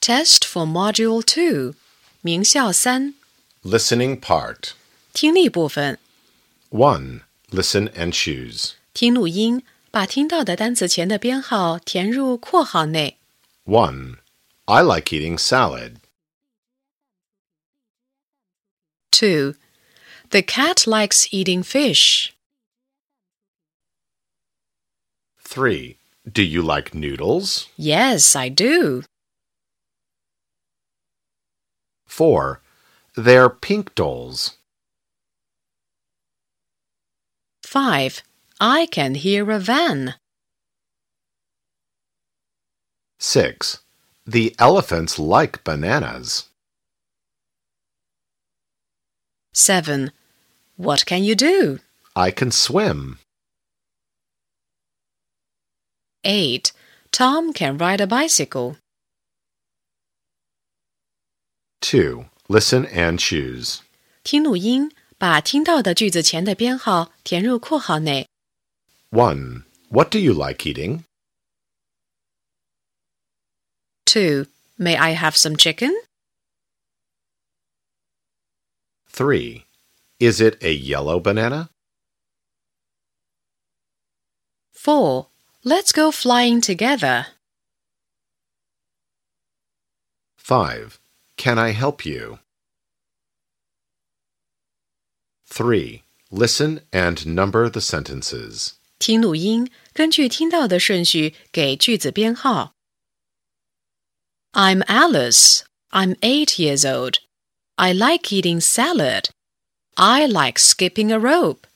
Test for Module 2, 名校三 Listening part. 听力部分， 1. Listen and choose. 听录音，把听到的单词前的编号填入括号内。 1. I like eating salad. 2. The cat likes eating fish. 3. Do you like noodles? Yes, I do. 4. They're pink dolls. 5. I can hear a van. 6. The elephants like bananas. 7. What can you do? I can swim. 8. Tom can ride a bicycle. 2. Listen and choose. 听录音，把听到的句子前的编号填入括号内。 1. What do you like eating? 2. May I have some chicken? 3. Is it a yellow banana? 4. Let's go flying together. 5. Can I help you? 3. Listen and number the sentences. 听录音，根据听到的顺序给句子编号。I'm Alice. I'm eight years old. I like eating salad. I like skipping a rope.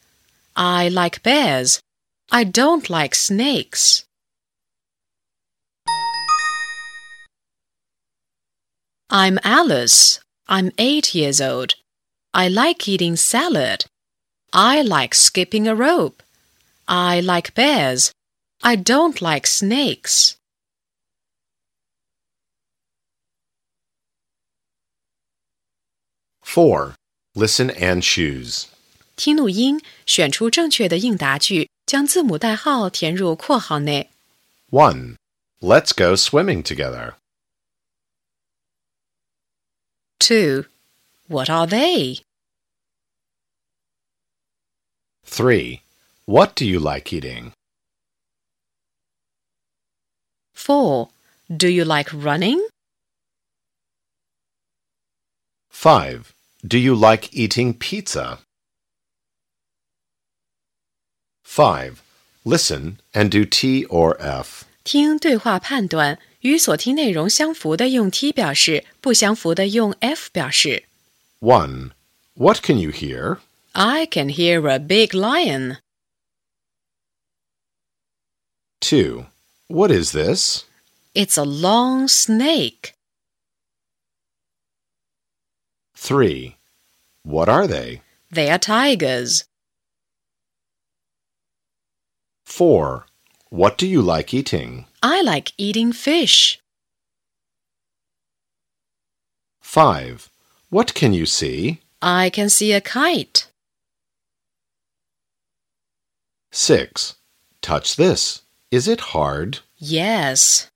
I like bears. I don't like snakes. I'm Alice. I'm eight years old. I like eating salad. I like skipping a rope. I like bears. I don't like snakes. Four. Listen and choose. 听录音，选出正确的应答句，将字母代号填入括号内。 One. Let's go swimming together. Two. What are they? Three. What do you like eating? Four. Do you like running? Five. Do you like eating pizza? Five. Listen and do T or F. 听对话判断，与所听内容相符的用 T 表示，不相符的用 F 表示。 One. What can you hear? I can hear a big lion. Two. What is this? It's a long snake. Three. What are they? They are tigers. Four. What do you like eating? I like eating fish. Five. What can you see? I can see a kite. Six. Touch this. Is it hard? Yes.